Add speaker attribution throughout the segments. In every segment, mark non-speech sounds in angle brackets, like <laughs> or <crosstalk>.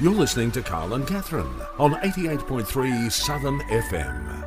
Speaker 1: You're listening to Carl and Catherine on 88.3 Southern FM.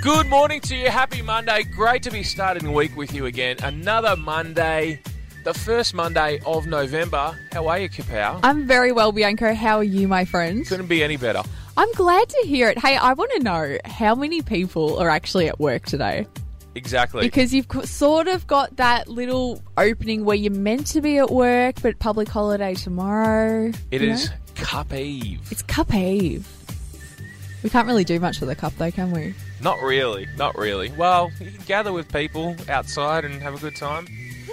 Speaker 2: Good morning to you. Happy Monday. Great to be starting the week with you again. Another Monday, the first Monday of November. How are you, Kapow?
Speaker 3: I'm very well, Bianco. How are you, my friend?
Speaker 2: Couldn't be any better.
Speaker 3: I'm glad to hear it. Hey, I want to know how many people are actually at work today
Speaker 2: Exactly.
Speaker 3: because you've co- sort of got that little opening where you're meant to be at work, but public holiday tomorrow.
Speaker 2: it
Speaker 3: you
Speaker 2: is
Speaker 3: know?
Speaker 2: Cup Eve.
Speaker 3: It's Cup Eve. We can't really do much for the cup, though, can we?
Speaker 2: Not really. Not really. Well, you can gather with people outside and have a good time.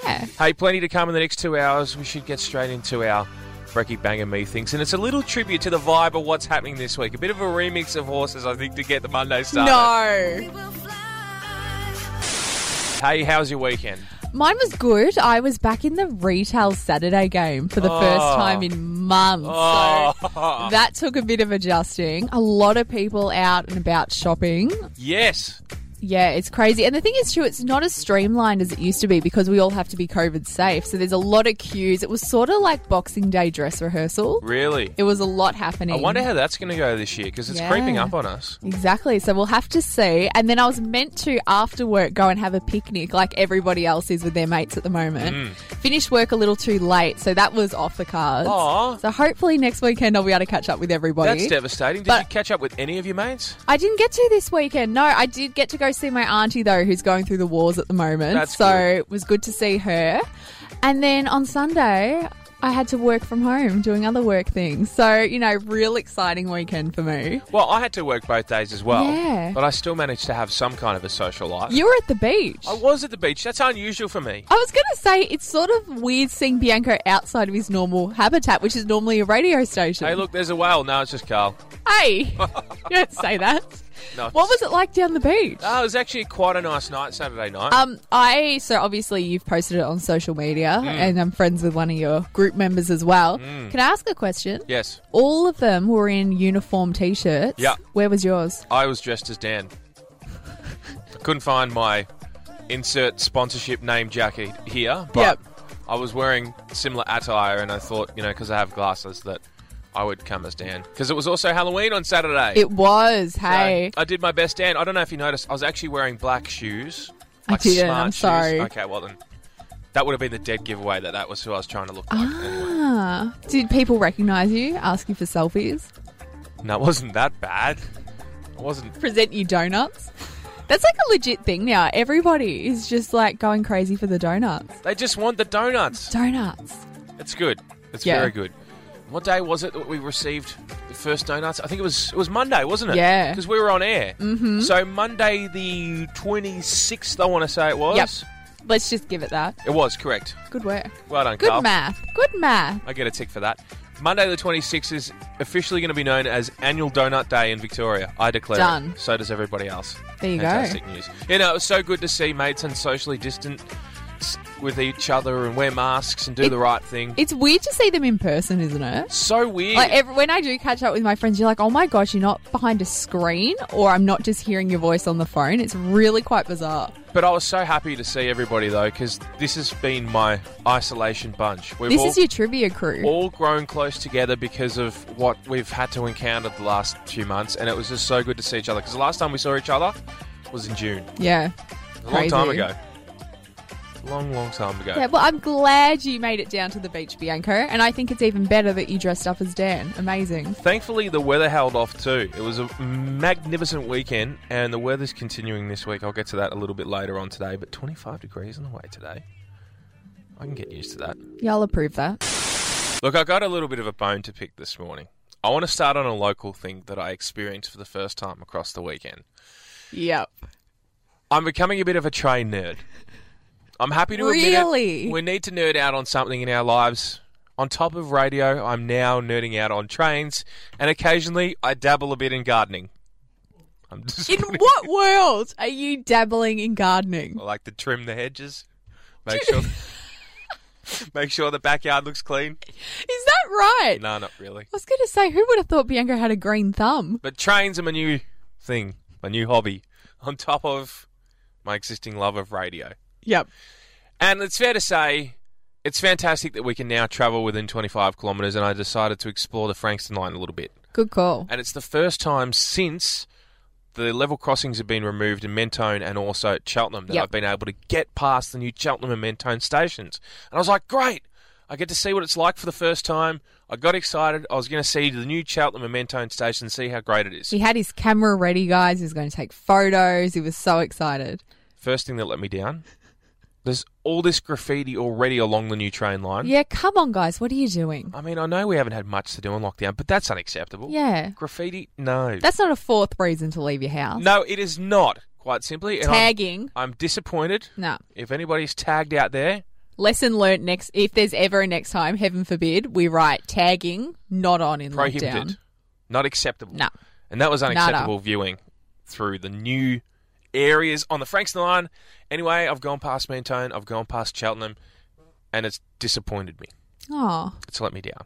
Speaker 3: Yeah.
Speaker 2: Hey, plenty to come in the next two hours. We should get straight into our Brecky Bang and Me things. And it's a little tribute to the vibe of what's happening this week. A bit of a remix of horses, I think, to get the Monday started.
Speaker 3: No.
Speaker 2: Hey, how's your weekend?
Speaker 3: Mine was good. I was back in the retail Saturday game for the first
Speaker 2: Oh.
Speaker 3: time in months. So That took a bit of adjusting. A lot of people out and about shopping.
Speaker 2: yes.
Speaker 3: Yeah, it's crazy. And the thing is, too, it's not as streamlined as it used to be because we all have to be COVID safe. So there's a lot of queues. It was sort of like Boxing Day dress rehearsal.
Speaker 2: Really?
Speaker 3: It was a lot happening.
Speaker 2: I wonder how that's going to go this year because it's
Speaker 3: Yeah.
Speaker 2: creeping up on us.
Speaker 3: Exactly. So we'll have to see. And then I was meant to, after work, go and have a picnic like everybody else is with their mates at the moment.
Speaker 2: Mm.
Speaker 3: Finished work a little too late. So that was off the cards.
Speaker 2: Aw.
Speaker 3: So hopefully next weekend I'll be able to catch up with everybody.
Speaker 2: That's devastating. Did
Speaker 3: But-
Speaker 2: you catch up with any of your mates?
Speaker 3: I didn't get to this weekend. No, I did get to go see my auntie though, who's going through the wars at the moment.
Speaker 2: That's
Speaker 3: so
Speaker 2: good.
Speaker 3: it was good to see her. And then on Sunday, I had to work from home doing other work things. So, you know, real exciting weekend for me.
Speaker 2: Well, I had to work both days as well,
Speaker 3: Yeah.
Speaker 2: but I still managed to have some kind of a social life.
Speaker 3: You were at the beach.
Speaker 2: I was at the beach. That's unusual for me.
Speaker 3: I was going to say, it's sort of weird seeing Bianco outside of his normal habitat, which is normally a radio station.
Speaker 2: Hey, look, there's a whale. No, it's just Carl.
Speaker 3: Hey! <laughs> you don't say that.
Speaker 2: No.
Speaker 3: What was it like down the beach?
Speaker 2: Oh, it was actually quite a nice night Saturday night.
Speaker 3: Um, I so obviously you've posted it on social media,
Speaker 2: Mm.
Speaker 3: and I'm friends with one of your group members as well. Can I ask a question?
Speaker 2: yes,
Speaker 3: All of them were in uniform t-shirts.
Speaker 2: Yeah.
Speaker 3: Where was yours?
Speaker 2: I was dressed as Dan. I couldn't find my insert sponsorship name jacket here, but
Speaker 3: Yep.
Speaker 2: I was wearing similar attire, and I thought, you know, because I have glasses, that I would come as Dan. Because it was also Halloween on Saturday.
Speaker 3: It was.
Speaker 2: So
Speaker 3: Hey.
Speaker 2: I did my best, Dan. I don't know if you noticed, I was actually wearing black shoes.
Speaker 3: I
Speaker 2: like
Speaker 3: didn't,
Speaker 2: smart
Speaker 3: I'm
Speaker 2: shoes.
Speaker 3: sorry.
Speaker 2: Okay, well then, that would have been the dead giveaway that that was who I was trying to look like. Anyway,
Speaker 3: Ah. Did people recognize you? Ask you for selfies?
Speaker 2: no, it wasn't that bad. It wasn't.
Speaker 3: Present you donuts? That's like a legit thing now. Everybody is just like going crazy for the donuts.
Speaker 2: They just want the donuts.
Speaker 3: Donuts.
Speaker 2: It's good. It's
Speaker 3: Yeah.
Speaker 2: very good. What day was it that we received the first donuts? I think it was it was Monday, wasn't it?
Speaker 3: Yeah.
Speaker 2: because we were on air. Mm-hmm. So Monday the twenty sixth, I want to say it was.
Speaker 3: Yep. Let's just give it that.
Speaker 2: It was correct.
Speaker 3: Good work.
Speaker 2: Well done,
Speaker 3: Good
Speaker 2: Carl.
Speaker 3: math. Good math.
Speaker 2: I get a tick for that. Monday the 26th is officially going to be known as Annual Donut Day in Victoria. I declare
Speaker 3: Done.
Speaker 2: it. So does everybody else.
Speaker 3: There you go.
Speaker 2: Fantastic go. news. You know, it was so good to see mates and socially distant s- with each other and wear masks and do
Speaker 3: It-
Speaker 2: the right thing.
Speaker 3: It's weird to see them in person, isn't it?
Speaker 2: so weird.
Speaker 3: Like every, when I do catch up with my friends, you're like, "Oh my gosh, you're not behind a screen, or I'm not just hearing your voice on the phone." It's really quite bizarre.
Speaker 2: but I was so happy to see everybody though, because this has been my isolation bunch. We've
Speaker 3: This
Speaker 2: all,
Speaker 3: is your trivia crew.
Speaker 2: all grown close together because of what we've had to encounter the last few months, and it was just so good to see each other. Because the last time we saw each other was in June.
Speaker 3: yeah,
Speaker 2: A long time
Speaker 3: Crazy.
Speaker 2: ago. Long, long time ago.
Speaker 3: yeah. Well, I'm glad you made it down to the beach, Bianco, and I think it's even better that you dressed up as Dan. Amazing.
Speaker 2: Thankfully, the weather held off too. It was a magnificent weekend, and the weather's continuing this week. I'll get to that a little bit later on today, but 25 degrees on the way today. I can get used to that.
Speaker 3: Y'all approve that?
Speaker 2: Look, I got a little bit of a bone to pick this morning. I want to start on a local thing that I experienced for the first time across the weekend.
Speaker 3: Yep.
Speaker 2: I'm becoming a bit of a train nerd. I'm happy to admit
Speaker 3: Really?
Speaker 2: it. We need to nerd out on something in our lives. On top of radio, I'm now nerding out on trains, and occasionally I dabble a bit in gardening. I'm just
Speaker 3: In what world are you dabbling in gardening?
Speaker 2: I like to trim the
Speaker 3: <laughs>
Speaker 2: hedges, make sure <laughs> make sure the backyard looks clean.
Speaker 3: Is that right?
Speaker 2: No, not really.
Speaker 3: I was going to say, who would have thought Bianco had a green thumb?
Speaker 2: But trains are my new thing, my new hobby. On top of my existing love of radio.
Speaker 3: Yep.
Speaker 2: And it's fair to say It's fantastic that we can now travel within 25 kilometres, and I decided to explore the Frankston line a little bit.
Speaker 3: Good call.
Speaker 2: And it's the first time since the level crossings have been removed in Mentone and also at Cheltenham that
Speaker 3: Yep.
Speaker 2: I've been able to get past the new Cheltenham and Mentone stations. And I was like, great! I get to see what it's like for the first time. I got excited. I was going to see the new Cheltenham and Mentone station and see how great it is.
Speaker 3: He had his camera ready, guys. He was going to take photos. He was so excited.
Speaker 2: First thing that let me down. There's all this graffiti already along the new train line.
Speaker 3: Yeah, come on, guys. What are you doing?
Speaker 2: I mean, I know we haven't had much to do in lockdown, but that's unacceptable.
Speaker 3: Yeah.
Speaker 2: Graffiti? No.
Speaker 3: That's not a fourth reason to leave your house.
Speaker 2: no, it is not, quite simply. And I'm-
Speaker 3: Tagging.
Speaker 2: I'm disappointed.
Speaker 3: No.
Speaker 2: If anybody's tagged out there,
Speaker 3: Lesson learnt next. If there's ever a next time, heaven forbid, we write tagging not on in
Speaker 2: prohibited.
Speaker 3: lockdown.
Speaker 2: Not acceptable.
Speaker 3: No.
Speaker 2: And that was
Speaker 3: Nada.
Speaker 2: unacceptable viewing through the new areas on the Frankston line. Anyway, I've gone past Mentone, I've gone past Cheltenham, and it's disappointed me.
Speaker 3: Oh.
Speaker 2: It's let me down.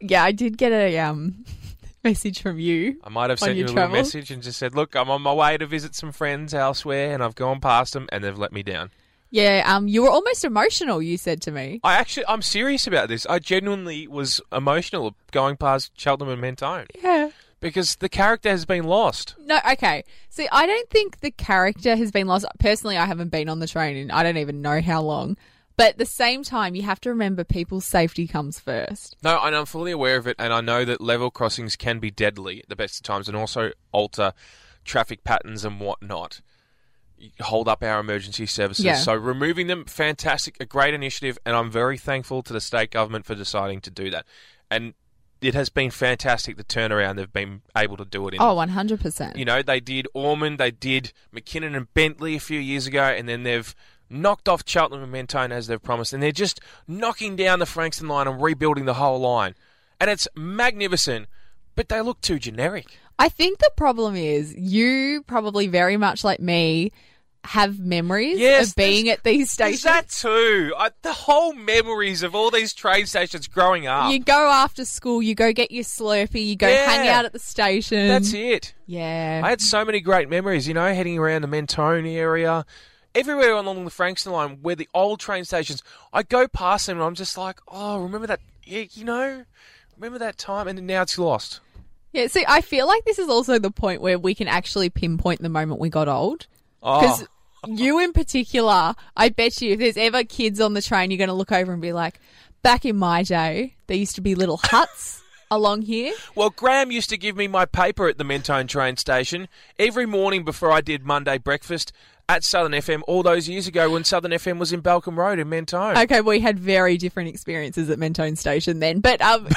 Speaker 3: Yeah, I did get a um, <laughs> message from you.
Speaker 2: I might have
Speaker 3: On
Speaker 2: sent you
Speaker 3: your
Speaker 2: a little
Speaker 3: travels?
Speaker 2: message and just said, Look, I'm on my way to visit some friends elsewhere, and I've gone past them, and they've let me down.
Speaker 3: Yeah, um, you were almost emotional, you said to me.
Speaker 2: I actually, I'm serious about this. I genuinely was emotional going past Cheltenham and Mentone
Speaker 3: Yeah.
Speaker 2: because the character has been lost.
Speaker 3: No, okay. See, I don't think the character has been lost. Personally, I haven't been on the train in I don't even know how long. But at the same time, you have to remember people's safety comes first.
Speaker 2: No, and I'm fully aware of it, and I know that level crossings can be deadly at the best of times and also alter traffic patterns and whatnot. Hold up our emergency services.
Speaker 3: Yeah.
Speaker 2: So, removing them, fantastic, a great initiative, and I'm very thankful to the state government for deciding to do that. And it has been fantastic the turnaround they've been able to do it in.
Speaker 3: Oh, 100%.
Speaker 2: You know, they did Ormond, they did McKinnon and Bentley a few years ago, and then they've knocked off Cheltenham and Mentone as they've promised, and they're just knocking down the Frankston line and rebuilding the whole line. And it's magnificent, but they look too generic.
Speaker 3: I think the problem is you probably very much like me have memories
Speaker 2: Yes,
Speaker 3: of being
Speaker 2: there's-
Speaker 3: at these
Speaker 2: Is
Speaker 3: stations.
Speaker 2: that too? I, the whole memories of all these train stations growing up.
Speaker 3: you go after school, you go get your Slurpee, you go
Speaker 2: Yeah.
Speaker 3: hang out at the station.
Speaker 2: That's it.
Speaker 3: Yeah.
Speaker 2: I had so many great memories, you know, heading around the Mentone area, everywhere along the Frankston line where the old train stations, I go past them and I'm just like, oh, remember that, yeah, you know, remember that time? And now it's lost.
Speaker 3: yeah, see, I feel like this is also the point where we can actually pinpoint the moment we got old.
Speaker 2: Oh,
Speaker 3: Because you in particular, I bet you if there's ever kids on the train, you're going to look over and be like, back in my day, there used to be little huts along here.
Speaker 2: well, Graham used to give me my paper at the Mentone train station every morning before I did Monday breakfast at Southern FM all those years ago when Southern FM was in Balcombe Road in Mentone.
Speaker 3: Okay, we had very different experiences at Mentone Station then, but um,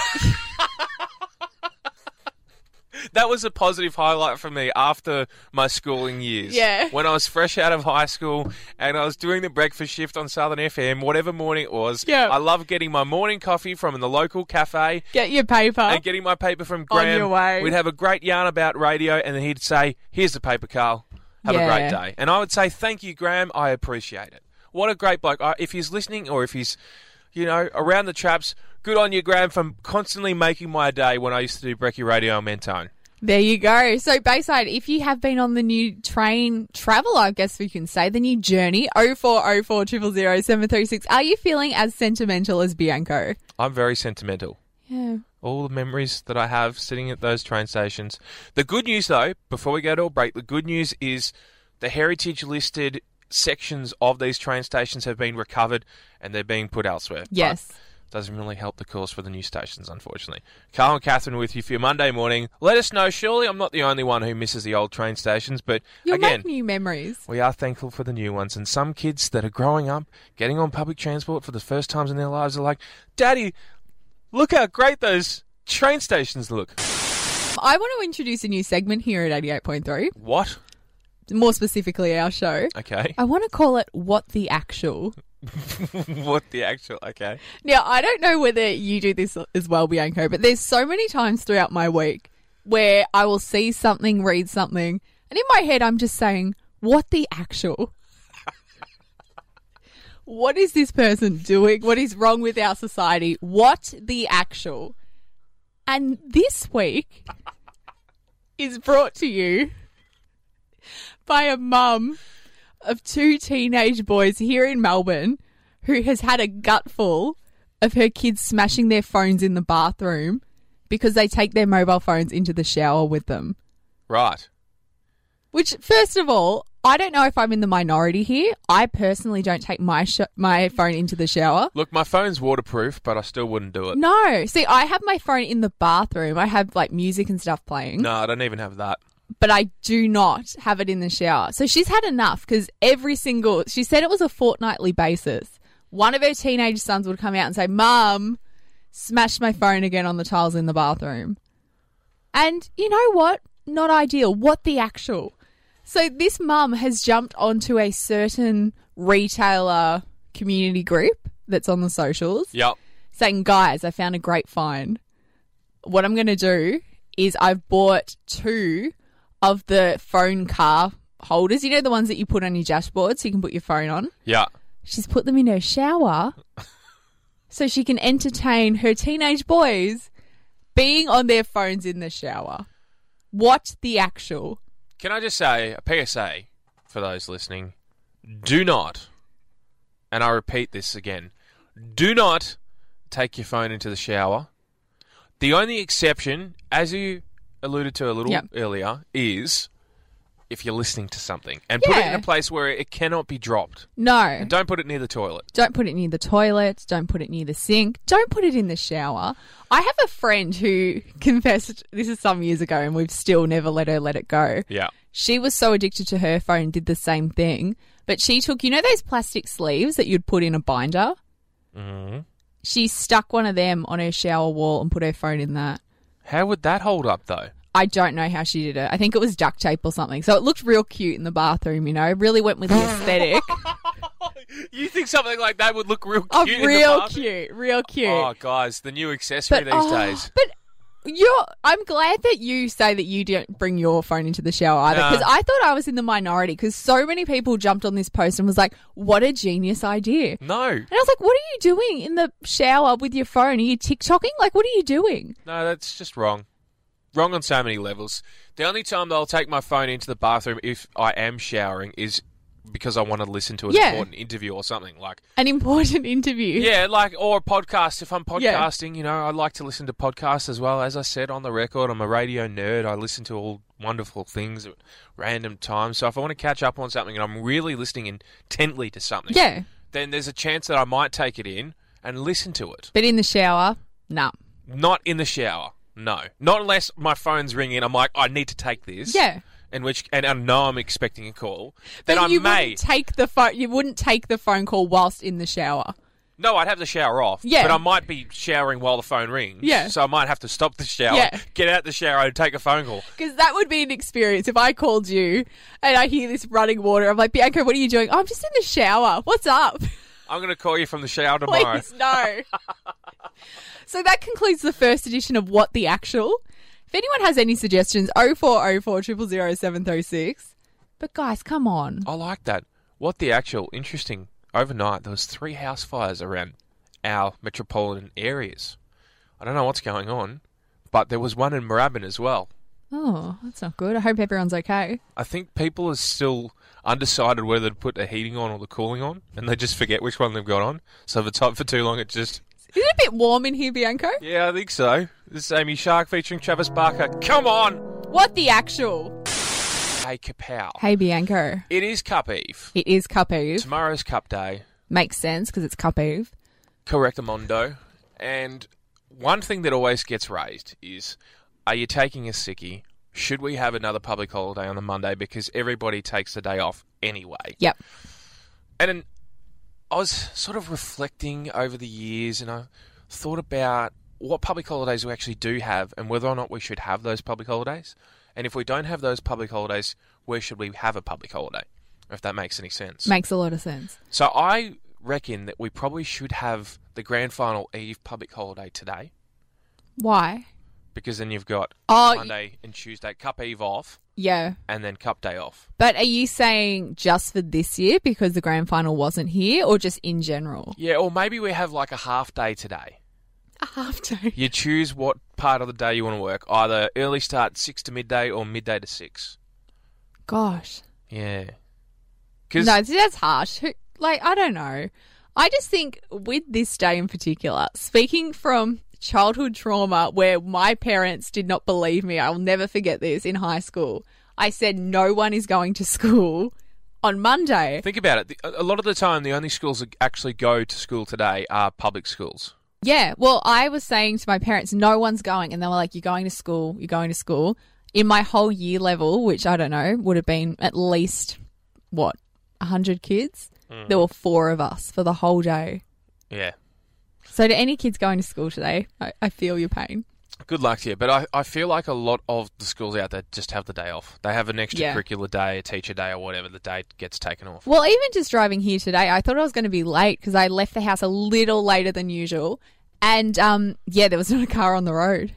Speaker 2: That was a positive highlight for me after my schooling years.
Speaker 3: Yeah.
Speaker 2: When I was fresh out of high school and I was doing the breakfast shift on Southern FM, whatever morning it was.
Speaker 3: Yeah.
Speaker 2: I love getting my morning coffee from the local cafe
Speaker 3: get your paper.
Speaker 2: and getting my paper from
Speaker 3: On
Speaker 2: Graham.
Speaker 3: your way.
Speaker 2: We'd have a great yarn about radio and then he'd say, Here's the paper, Carl. Have a
Speaker 3: Yeah.
Speaker 2: great day. And I would say, Thank you, Graham. I appreciate it. What a great bloke. I- If he's listening or if he's, you know, around the traps, good on you, Graham, for constantly making my day when I used to do Brecky Radio and Mentone.
Speaker 3: There you go. So, Bayside, if you have been on the new train travel, I guess we can say, the new journey, 0404 000 736, are you feeling as sentimental as Bianco?
Speaker 2: I'm very sentimental.
Speaker 3: Yeah.
Speaker 2: All the memories that I have sitting at those train stations. The good news, though, before we go to a break, the good news is the heritage listed sections of these train stations have been recovered and they're being put elsewhere. But
Speaker 3: Yes.
Speaker 2: doesn't really help the cause for the new stations, unfortunately. Carl and Catherine with you for your Monday morning. Let us know. Surely I'm not the only one who misses the old train stations, but
Speaker 3: You'll
Speaker 2: again,
Speaker 3: make new memories.
Speaker 2: we are thankful for the new ones, and some kids that are growing up, getting on public transport for the first times in their lives, are like, Daddy, look how great those train stations look.
Speaker 3: I want to introduce a new segment here at 88.3,
Speaker 2: What?
Speaker 3: more specifically our show. <laughs>
Speaker 2: Okay.
Speaker 3: I want to call it What the Actual.
Speaker 2: what the actual? Okay.
Speaker 3: Now, I don't know whether you do this as well, Bianco, but there's so many times throughout my week where I will see something, read something, and in my head, I'm just saying, what the actual? what is this person doing? What is wrong with our society? What the actual? And this week is brought to you by a mum of two teenage boys here in Melbourne who has had a gutful of her kids smashing their phones in the bathroom because they take their mobile phones into the shower with them.
Speaker 2: Right.
Speaker 3: Which, first of all, I don't know if I'm in the minority here. I personally don't take my sh- my phone into the shower.
Speaker 2: Look, my phone's waterproof, but I still wouldn't do it. No,
Speaker 3: No, see, I have my phone in the bathroom. I have like music and stuff playing,
Speaker 2: I don't even have that.
Speaker 3: but I do not have it in the shower. So she's had enough because every single she said it was a fortnightly basis. One of her teenage sons would come out and say, "Mum, smash my phone again on the tiles in the bathroom." And you know what? Not ideal. What the actual? So this mum has jumped onto a certain retailer community group that's on the socials
Speaker 2: Yep.
Speaker 3: saying, guys, I found a great find. What I'm going to do is I've bought two of the phone car holders. You know, the ones that you put on your dashboard so you can put your phone on?
Speaker 2: Yeah.
Speaker 3: She's put them in her shower so she can entertain her teenage boys being on their phones in the shower. What the actual?
Speaker 2: Can I just say a PSA for those listening? Do not, and I repeat this again, do not take your phone into the shower. The only exception, as you alluded to a little
Speaker 3: Yep.
Speaker 2: earlier, is if you're listening to something and put it in
Speaker 3: Yeah.
Speaker 2: a place where it cannot be dropped.
Speaker 3: No.
Speaker 2: And don't put it near the toilet.
Speaker 3: Don't put it near the toilet. Don't put it near the sink. Don't put it in the shower. I have a friend who <laughs> confessed this is some years ago, and we've still never let her let it go.
Speaker 2: Yeah.
Speaker 3: She was so addicted to her phone, did the same thing, but she took, you know, those plastic sleeves that you'd put in a binder?
Speaker 2: Mm-hmm.
Speaker 3: She stuck one of them on her shower wall and put her phone in that.
Speaker 2: How would that hold up though?
Speaker 3: I don't know how she did it. I think it was duct tape or something. So it looked real cute in the bathroom, you know, really went with the aesthetic.
Speaker 2: You think something like that would look real cute?
Speaker 3: <laughs> oh,
Speaker 2: in the
Speaker 3: real
Speaker 2: bathroom?
Speaker 3: cute, real cute.
Speaker 2: Oh, guys, the new accessory these
Speaker 3: oh,
Speaker 2: days.
Speaker 3: But you're, I'm glad that you say that you don't bring your phone into the shower either,
Speaker 2: Nah.
Speaker 3: because I thought I was in the minority. Because so many people jumped on this post and was like, "What a genius idea!" And
Speaker 2: No.
Speaker 3: I was like, "What are you doing in the shower with your phone? Are you TikToking? Like, what are you doing?"
Speaker 2: No, that's just wrong. Wrong on so many levels. The only time that I'll take my phone into the bathroom if I am showering is because I want to listen to an
Speaker 3: Yeah.
Speaker 2: important interview or something like
Speaker 3: An important <laughs> interview.
Speaker 2: yeah, like or a podcast. If I'm
Speaker 3: Yeah.
Speaker 2: podcasting, you know, I like to listen to podcasts as well. As I said on the record, I'm a radio nerd. I listen to all wonderful things at random times. So if I want to catch up on something and I'm really listening intently to something,
Speaker 3: Yeah.
Speaker 2: then there's a chance that I might take it in and listen to it.
Speaker 3: But in the shower, nah.
Speaker 2: Not in the shower. No. Not unless my phone's ringing. I'm like, I need to take this.
Speaker 3: Yeah.
Speaker 2: In which, and I know I'm expecting a call. Then
Speaker 3: But
Speaker 2: I
Speaker 3: you
Speaker 2: may.
Speaker 3: wouldn't take the phone. You wouldn't take the phone call whilst in the shower.
Speaker 2: no, I'd have the shower off.
Speaker 3: Yeah.
Speaker 2: But I might be showering while the phone rings.
Speaker 3: Yeah.
Speaker 2: So I might have to stop the shower,
Speaker 3: Yeah.
Speaker 2: get out the shower, and take a phone call.
Speaker 3: Because that would be an experience if I called you and I hear this running water. I'm like, Bianca, what are you doing? Oh, I'm just in the shower. What's up? <laughs>
Speaker 2: I'm going to call you from the shower tomorrow.
Speaker 3: Please, no. so that concludes the first edition of What the Actual. If anyone has any suggestions, 0404 000 736. But guys, come on.
Speaker 2: I like that. What the actual interesting overnight there was three house fires around our metropolitan areas. I don't know what's going on, but there was one in Moorabbin as well.
Speaker 3: Oh, that's not good. I hope everyone's okay.
Speaker 2: I think people are still undecided whether to put the heating on or the cooling on, and they just forget which one they've got on. So if it's hot for too long, it just
Speaker 3: Is it a bit warm in here, Bianco?
Speaker 2: yeah, I think so. This is Amy Shark featuring Travis Barker. Come on,
Speaker 3: What the Actual?
Speaker 2: hey Kapow!
Speaker 3: Hey, Bianco.
Speaker 2: It is Cup Eve.
Speaker 3: It is Cup Eve.
Speaker 2: Tomorrow's Cup Day.
Speaker 3: Makes sense because it's Cup Eve.
Speaker 2: Correctamondo. And one thing that always gets raised is are you taking a sickie? Should we have another public holiday on the Monday because everybody takes the day off anyway?
Speaker 3: Yep.
Speaker 2: And then I was sort of reflecting over the years and I thought about what public holidays we actually do have and whether or not we should have those public holidays. And if we don't have those public holidays, where should we have a public holiday? If that makes any sense.
Speaker 3: Makes a lot of sense.
Speaker 2: So I reckon that we probably should have the grand final eve public holiday today
Speaker 3: Why?
Speaker 2: because then you've got
Speaker 3: Oh,
Speaker 2: Monday and Tuesday cup eve off
Speaker 3: Yeah.
Speaker 2: and then cup day off.
Speaker 3: But are you saying just for this year because the grand final wasn't here or just in general?
Speaker 2: Yeah, or maybe we have like a half day today.
Speaker 3: A half day.
Speaker 2: You choose what part of the day you want to work, either early start 6 to midday or midday to 6.
Speaker 3: Gosh.
Speaker 2: Yeah.
Speaker 3: No,
Speaker 2: Cuz
Speaker 3: see, that's harsh. Who, like, I don't know. I just think with this day in particular, speaking from childhood trauma where my parents did not believe me, I'll never forget this in high school. I said no one is going to school on Monday.
Speaker 2: Think about it. The- A a lot of the time, the only schools that actually go to school today are public schools.
Speaker 3: Yeah, well, I was saying to my parents, no one's going. And they were like, you're going to school, you're going to school. In my whole year level, which I don't know, would have been at least, what, 100 kids? There were four of us for the whole day.
Speaker 2: Yeah.
Speaker 3: So, to any kids going to school today, I, I feel your pain.
Speaker 2: Good luck to you. But I, I feel like a lot of the schools out there just have the day off. They have an
Speaker 3: Yeah.
Speaker 2: extracurricular day, a teacher day, or whatever. The day gets taken off.
Speaker 3: Well, even just driving here today, I thought I was going to be late because I left the house a little later than usual. And um, yeah, there was not a car on the road.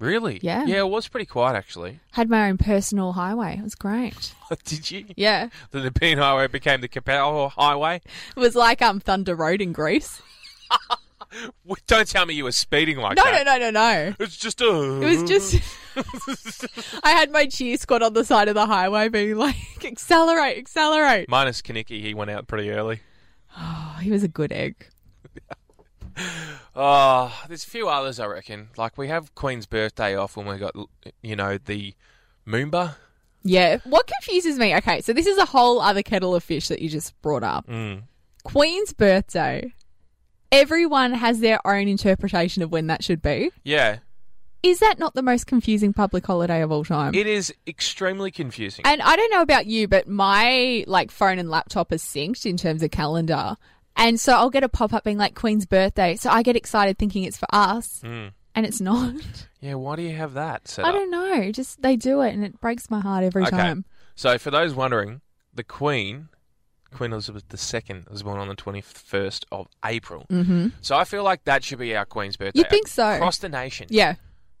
Speaker 2: Really?
Speaker 3: Yeah.
Speaker 2: Yeah, it was pretty quiet, actually.
Speaker 3: Had my own personal highway. It was great.
Speaker 2: <laughs> Did you?
Speaker 3: Yeah.
Speaker 2: The Nepean Highway became the Capel Highway?
Speaker 3: It was like um, Thunder Road in Greece.
Speaker 2: Wait, Don't tell me you were speeding like
Speaker 3: No,
Speaker 2: that.
Speaker 3: no, no, no, no.
Speaker 2: It's just a.
Speaker 3: It was just. <laughs> I had my cheer squad on the side of the highway being like, <laughs> accelerate, accelerate.
Speaker 2: Minus Kanicki, he went out pretty early.
Speaker 3: Oh, he was a good egg.
Speaker 2: Oh, there's a few others, I reckon. Like, we have Queen's birthday off when we got, you know, the Moomba.
Speaker 3: Yeah. What confuses me, okay, so this is a whole other kettle of fish that you just brought up.
Speaker 2: Mm.
Speaker 3: Queen's birthday. Everyone has their own interpretation of when that should be.
Speaker 2: Yeah.
Speaker 3: Is that not the most confusing public holiday of all time?
Speaker 2: It is extremely confusing.
Speaker 3: And I don't know about you, but my like phone and laptop is synced in terms of calendar. And so I'll get a pop up being like Queen's birthday. So I get excited thinking it's for us
Speaker 2: Mm.
Speaker 3: and
Speaker 2: <laughs>
Speaker 3: it's not.
Speaker 2: Yeah, why do you have that set
Speaker 3: I
Speaker 2: up?
Speaker 3: don't know. Just they do it and it breaks my heart every
Speaker 2: okay.
Speaker 3: time.
Speaker 2: So, for those wondering, the Queen, Queen Elizabeth II, was born on the 21st of April.
Speaker 3: Mm-hmm.
Speaker 2: So, I feel like that should be our Queen's birthday.
Speaker 3: You'd think so.
Speaker 2: Across the nation.
Speaker 3: Yeah.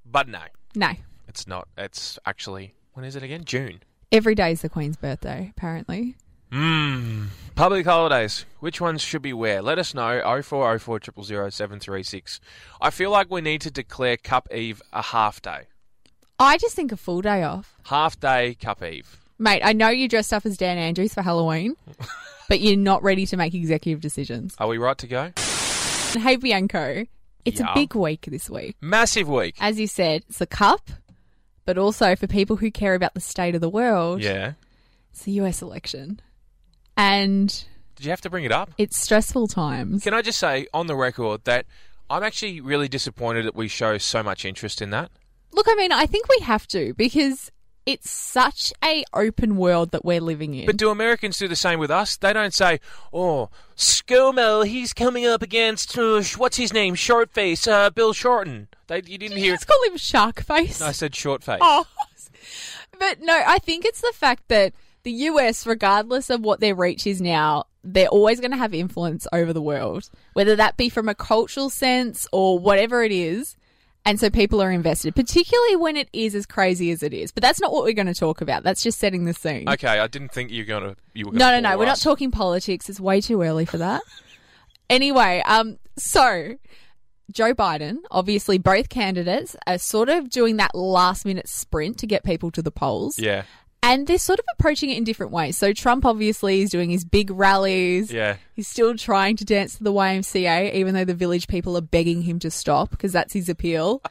Speaker 2: But no,
Speaker 3: No.
Speaker 2: it's not. It's actually, when is it again? June.
Speaker 3: Every day is the Queen's birthday, apparently.
Speaker 2: Mmm. Public holidays. Which ones should be where? Let us know. 0404 000 736. I feel like we need to declare Cup Eve a half day.
Speaker 3: I just think a full day off.
Speaker 2: Half day Cup Eve.
Speaker 3: Mate, I know you dressed up as Dan Andrews
Speaker 2: <laughs>
Speaker 3: for Halloween, but you're not ready to make executive decisions.
Speaker 2: Are we right to go?
Speaker 3: And hey, Bianco, it's
Speaker 2: Yeah.
Speaker 3: a big week this week.
Speaker 2: Massive week.
Speaker 3: as you said, it's a cup, but also for people who care about the state of the world,
Speaker 2: Yeah.
Speaker 3: it's the US election. And
Speaker 2: Did you have to bring it up?
Speaker 3: it's stressful times.
Speaker 2: Can I just say on the record that I'm actually really disappointed that we show so much interest in that.
Speaker 3: Look, I mean, I think we have to because it's such a open world that we're living in.
Speaker 2: But do Americans do the same with us? They don't say, "Oh, ScoMo, he's coming up against uh, sh- what's his name, Shortface, uh, Bill Shorten." They, you didn't
Speaker 3: you
Speaker 2: hear.
Speaker 3: just call him shark face.
Speaker 2: I said Shortface.
Speaker 3: Oh. <laughs> But no, I think it's the fact that the US, regardless of what their reach is now, they're always going to have influence over the world, whether that be from a cultural sense or whatever it is. And so people are invested, particularly when it is as crazy as it is. But that's not what we're going to talk about. That's just setting the scene.
Speaker 2: Okay, I didn't think you were gonna. You were
Speaker 3: No,
Speaker 2: gonna
Speaker 3: no, no.
Speaker 2: bore
Speaker 3: We're not
Speaker 2: us.
Speaker 3: talking politics. It's way too early for that. <laughs> anyway, um, so Joe Biden, obviously, both candidates are sort of doing that last minute sprint to get people to the polls.
Speaker 2: Yeah,
Speaker 3: And they're sort of approaching it in different ways. So Trump obviously is doing his big rallies.
Speaker 2: yeah.
Speaker 3: He's still trying to dance to the YMCA, even though the village people are begging him to stop because that's
Speaker 2: <laughs>
Speaker 3: his appeal.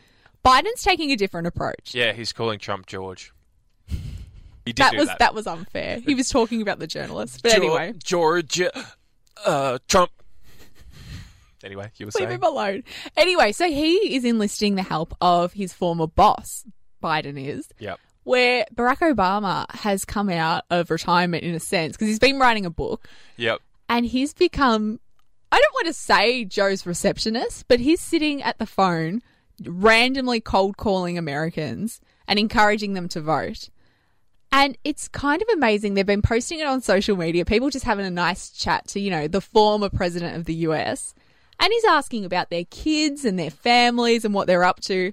Speaker 3: Biden's taking a different approach.
Speaker 2: Yeah, he's calling Trump
Speaker 3: <laughs>
Speaker 2: George. He did
Speaker 3: that
Speaker 2: do
Speaker 3: was
Speaker 2: that.
Speaker 3: was unfair. He was talking about the journalist. But
Speaker 2: Geor-
Speaker 3: anyway,
Speaker 2: George, uh, Trump. Anyway, you were
Speaker 3: leave
Speaker 2: saying.
Speaker 3: him alone. Anyway, so he is enlisting the help of his former boss, Biden is,
Speaker 2: Yep.
Speaker 3: where Barack Obama has come out of retirement in a sense because he's been writing a book.
Speaker 2: Yep.
Speaker 3: and he's become I don't want to say Joe's receptionist, but he's sitting at the phone randomly cold calling Americans and encouraging them to vote. And it's kind of amazing. They've been posting it on social media, people just having a nice chat to, you know, the former president of the US. And he's asking about their kids and their families and what they're up to.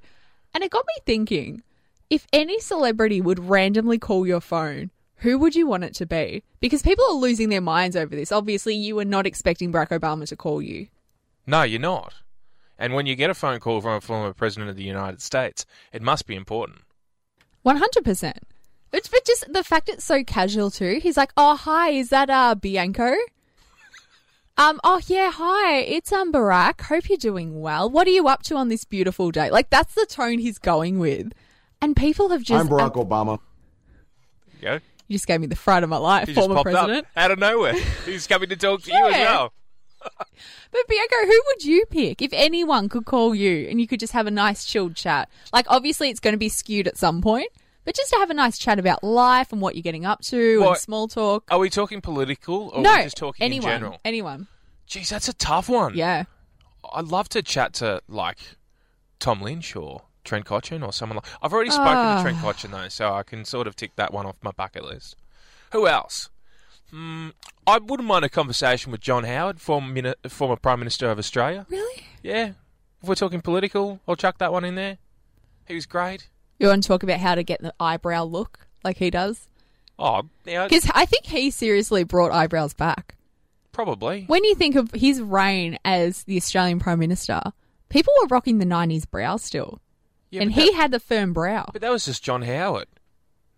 Speaker 3: And it got me thinking if any celebrity would randomly call your phone, who would you want it to be? Because people are losing their minds over this. Obviously, you were not expecting Barack Obama to call you.
Speaker 2: No, you're not. And when you get a phone call from a former president of the United States, it must be important.
Speaker 3: 100%. It's, but just the fact it's so casual, too. He's like, oh, hi, is that uh, Bianco? <laughs> Um, oh yeah, hi. It's um Barack. Hope you're doing well. What are you up to on this beautiful day? Like that's the tone he's going with. And people have just
Speaker 4: I'm Barack
Speaker 3: um,
Speaker 4: Obama.
Speaker 2: Go.
Speaker 3: you just gave me the fright of my life,
Speaker 2: He just
Speaker 3: former
Speaker 2: popped
Speaker 3: president.
Speaker 2: up out of nowhere.
Speaker 3: <laughs>
Speaker 2: He's coming to talk to you as
Speaker 3: Yeah.
Speaker 2: well.
Speaker 3: But Bianca, who would you pick if anyone could call you and you could just have a nice chilled chat? Like obviously it's going to be skewed at some point, but just to have a nice chat about life and what you're getting up to and
Speaker 2: What?
Speaker 3: small talk.
Speaker 2: Are we talking political or
Speaker 3: no,
Speaker 2: are we just talking
Speaker 3: anyone,
Speaker 2: in general? Hmm.
Speaker 3: anyone.
Speaker 2: Jeez, that's a tough one.
Speaker 3: Yeah.
Speaker 2: I'd love to chat to like Tom Lynch or Trent Cotchin or someone like. I've already spoken
Speaker 3: Ah.
Speaker 2: to Trent Cotchin though, so I can sort of tick that one off my bucket list. Who else? Hmm, I wouldn't mind a conversation with John Howard, former mini- former Prime Minister of Australia.
Speaker 3: Really?
Speaker 2: Yeah, if we're talking political, I'll chuck that one in there. He was great.
Speaker 3: You want to talk about how to get the eyebrow look like he does?
Speaker 2: Oh, yeah,
Speaker 3: Because I think he seriously brought eyebrows back.
Speaker 2: probably.
Speaker 3: When you think of his reign as the Australian Prime Minister, people were rocking the 90s brow still.
Speaker 2: Yeah,
Speaker 3: and
Speaker 2: but
Speaker 3: he
Speaker 2: that,
Speaker 3: had the firm brow.
Speaker 2: but that was just John Howard.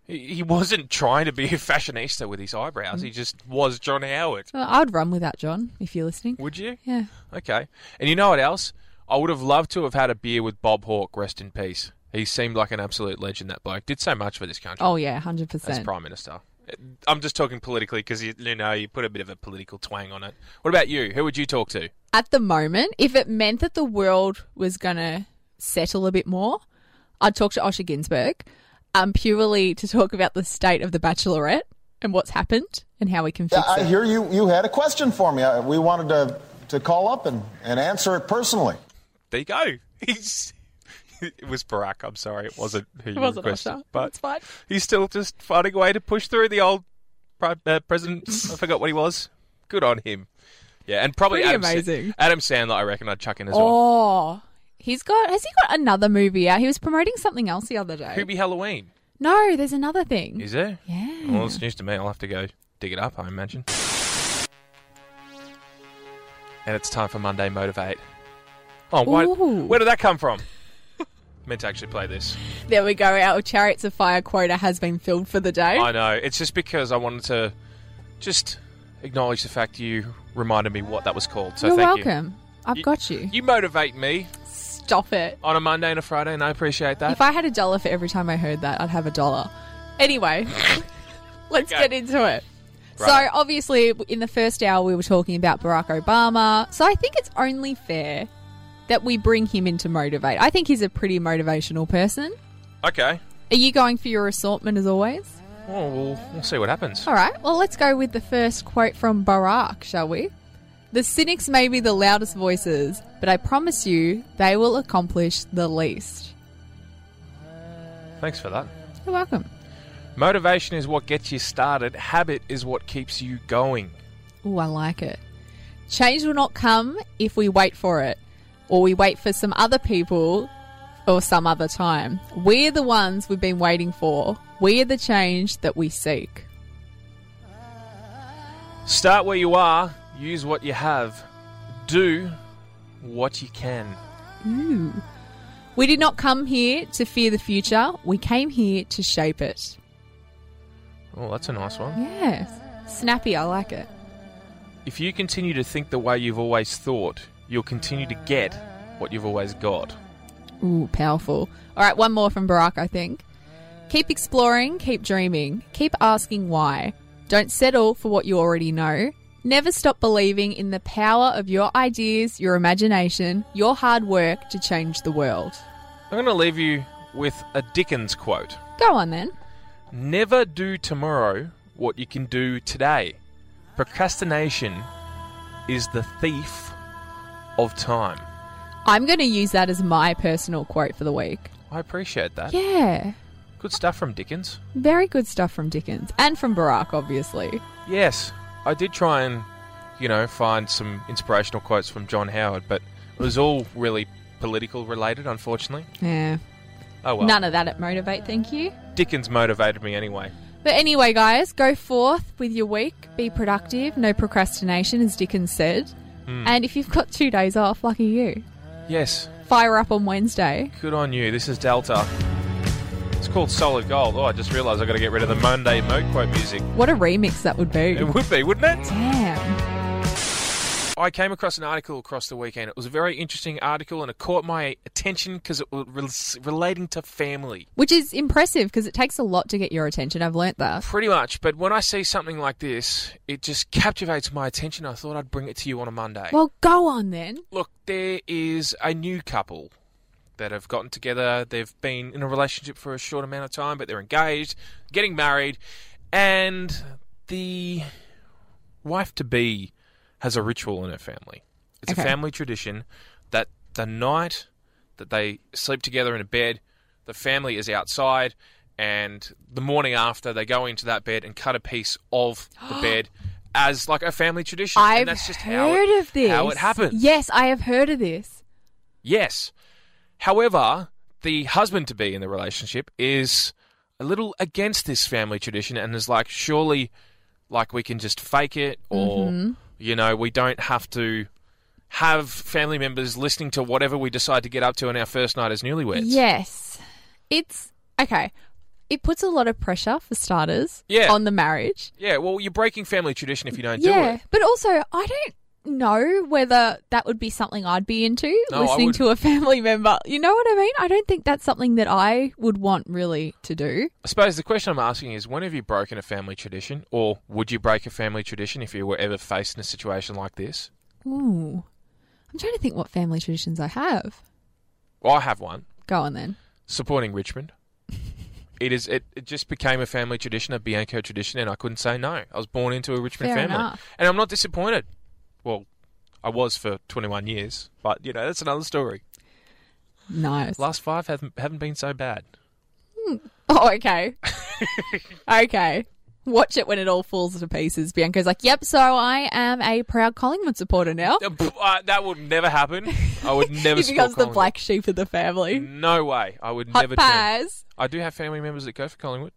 Speaker 2: He, he wasn't trying to be a fashionista with his eyebrows. He just was John Howard.
Speaker 3: Well, I would run with that, John, if you're listening.
Speaker 2: Would you?
Speaker 3: Yeah.
Speaker 2: Okay. And you know what else? I would have loved to have had a beer with Bob Hawke, rest in peace. He seemed like an absolute legend, that bloke. Did so much for this country
Speaker 3: Oh, yeah,
Speaker 2: as
Speaker 3: 100%.
Speaker 2: Prime Minister. I'm just talking politically because, you, you know, you put a bit of a political twang on it. What about you? Who would you talk to?
Speaker 3: At the moment, if it meant that the world was going to settle a bit more, I'd talk to Osher Ginsburg um, purely to talk about the state of the Bachelorette and what's happened and how we can fix
Speaker 5: I
Speaker 3: it.
Speaker 5: hear you, you had a question for me. I, we wanted to, to call up and, and answer it personally.
Speaker 2: There you go. <laughs> He's. It was Barack. I'm sorry, it wasn't who you
Speaker 3: it wasn't
Speaker 2: requested,
Speaker 3: Osher.
Speaker 2: but
Speaker 3: It's fine.
Speaker 2: he's still just finding a way to push through the old pri- uh, president.
Speaker 3: <laughs>
Speaker 2: I forgot what he was. Good on him. Yeah, and probably
Speaker 3: Pretty
Speaker 2: Adam, Sa-
Speaker 3: amazing.
Speaker 2: Adam Sandler. I reckon I'd chuck in as well.
Speaker 3: Oh, he's got. Has he got another movie out? He was promoting something else the other day.
Speaker 2: Who be Halloween?
Speaker 3: no, there's another thing.
Speaker 2: Is there?
Speaker 3: yeah.
Speaker 2: Well, it's news to me. I'll have to go dig it up, I imagine. And it's time for Monday Motivate. Oh, why,
Speaker 3: Ooh.
Speaker 2: where did that come from? <laughs> Meant to actually play this.
Speaker 3: There we go. Our Chariots of Fire quota has been filled for the day.
Speaker 2: I know. It's just because I wanted to just acknowledge the fact you reminded me what that was called. So
Speaker 3: You're
Speaker 2: thank
Speaker 3: welcome. I've
Speaker 2: You-
Speaker 3: got you.
Speaker 2: you. You motivate me
Speaker 3: Stop it.
Speaker 2: on a Monday and a Friday, and I appreciate that.
Speaker 3: If I had a dollar for every time I heard that, I'd have a dollar.
Speaker 2: <laughs>
Speaker 3: Anyway, let's
Speaker 2: Okay.
Speaker 3: get into it.
Speaker 2: Right.
Speaker 3: So, obviously, in the first hour, we were talking about Barack Obama. So, I think it's only fair that we bring him in to motivate. I think he's a pretty motivational person.
Speaker 2: okay.
Speaker 3: Are you going for your assortment as always?
Speaker 2: Well, we'll, we'll see what happens.
Speaker 3: All right, well, let's go with the first quote from Barack, shall we? The cynics may be the loudest voices, but I promise you they will accomplish the least.
Speaker 2: Thanks for that.
Speaker 3: You're welcome.
Speaker 2: Motivation is what gets you started. Habit is what keeps you going.
Speaker 3: Ooh, I like it. Change will not come if we wait for it, or we wait for some other people or some other time. We're the ones we've been waiting for. We're the change that we seek.
Speaker 2: Start where you are, use what you have, do what you can.
Speaker 3: Ooh. We did not come here to fear the future, we came here to shape it.
Speaker 2: Oh, that's a nice one.
Speaker 3: Yes. Snappy, I like it.
Speaker 2: If you continue to think the way you've always thought, you'll continue to get what you've always got.
Speaker 3: Ooh, powerful. All right, one more from Barack, I think. Keep exploring, keep dreaming, keep asking why. Don't settle for what you already know. Never stop believing in the power of your ideas, your imagination, your hard work to change the world.
Speaker 2: I'm going to leave you with a Dickens quote
Speaker 3: Go on then.
Speaker 2: Never do tomorrow what you can do today. Procrastination is the thief of time.
Speaker 3: I'm going to use that as my personal quote for the week.
Speaker 2: I appreciate that.
Speaker 3: Yeah.
Speaker 2: Good stuff from Dickens.
Speaker 3: Very good stuff from Dickens and from Barack, obviously.
Speaker 2: Yes, I did try and, you know, find some inspirational quotes from John Howard, but it was all really political related, unfortunately.
Speaker 3: Yeah.
Speaker 2: Oh well.
Speaker 3: None of that at Motivate, thank you.
Speaker 2: Dickens motivated me anyway.
Speaker 3: But anyway, guys, go forth with your week. Be productive. No procrastination, as Dickens said.
Speaker 2: Hmm.
Speaker 3: And if you've got two days off, lucky you.
Speaker 2: Yes,
Speaker 3: Fire up on Wednesday.
Speaker 2: good on you. This is Delta. It's called Solid Gold. Oh, I just realised I got to get rid of the Monday Mo quote music.
Speaker 3: What a remix that would be.
Speaker 2: It would be, wouldn't it?
Speaker 3: Damn.
Speaker 2: I came across an article across the weekend. It was a very interesting article, and it caught my attention because it was rel- relating to family,
Speaker 3: Which is impressive because it takes a lot to get your attention. I've learnt that.
Speaker 2: pretty much. But when I see something like this, it just captivates my attention. I thought I'd bring it to you on a Monday.
Speaker 3: Well, go on then.
Speaker 2: Look, there is a new couple that have gotten together. They've been in a relationship for a short amount of time, but they're engaged, getting married, and the wife to be has a ritual in her family. It's
Speaker 3: Okay.
Speaker 2: a family tradition that the night that they sleep together in a bed, the family is outside, and the morning after they go into that bed and cut a piece of
Speaker 3: <gasps>
Speaker 2: the bed. As like a family tradition,
Speaker 3: I've
Speaker 2: and that's just
Speaker 3: heard
Speaker 2: how it,
Speaker 3: of this.
Speaker 2: how it happens.
Speaker 3: Yes, I have heard of this.
Speaker 2: Yes. However, the husband to be in the relationship is a little against this family tradition and is like, surely, like, we can just fake it or, you know, we don't have to have family members listening to whatever we decide to get up to on our first night as newlyweds.
Speaker 3: Yes. It's okay. It puts a lot of pressure for starters
Speaker 2: Yeah.
Speaker 3: on the marriage.
Speaker 2: Yeah, well, you're breaking family tradition if you don't do
Speaker 3: yeah.
Speaker 2: it.
Speaker 3: But also, I don't know whether that would be something I'd be into
Speaker 2: No, I
Speaker 3: listening
Speaker 2: would-
Speaker 3: to a family member. You know what I mean? I don't think that's something that I would want really to do.
Speaker 2: I suppose the question I'm asking is when have you broken a family tradition or would you break a family tradition if you were ever faced in a situation like this?
Speaker 3: Ooh. I'm trying to think what family traditions I have.
Speaker 2: Well, I have one.
Speaker 3: Go on then.
Speaker 2: supporting
Speaker 3: <laughs>
Speaker 2: Richmond. It is. It, it just became a family tradition, a Bianco tradition, and I couldn't say no. I was born into a Richmond
Speaker 3: Fair
Speaker 2: family,
Speaker 3: enough.
Speaker 2: and I'm not disappointed. Well, I was for 21 years, but you know that's another story.
Speaker 3: Nice.
Speaker 2: Last five haven't haven't been so bad.
Speaker 3: <laughs> Oh, okay. <laughs> okay. Watch it when it all falls to pieces. Bianca's like, yep, so I am a proud Collingwood supporter now.
Speaker 2: Uh, pff, uh, that would never happen. I
Speaker 3: <laughs>
Speaker 2: would never.
Speaker 3: he
Speaker 2: support
Speaker 3: becomes the
Speaker 2: Collingwood.
Speaker 3: black sheep of the family.
Speaker 2: No way. I would
Speaker 3: Hot
Speaker 2: never. turn-
Speaker 3: pies. Hmm.
Speaker 2: I do have family members that go for Collingwood,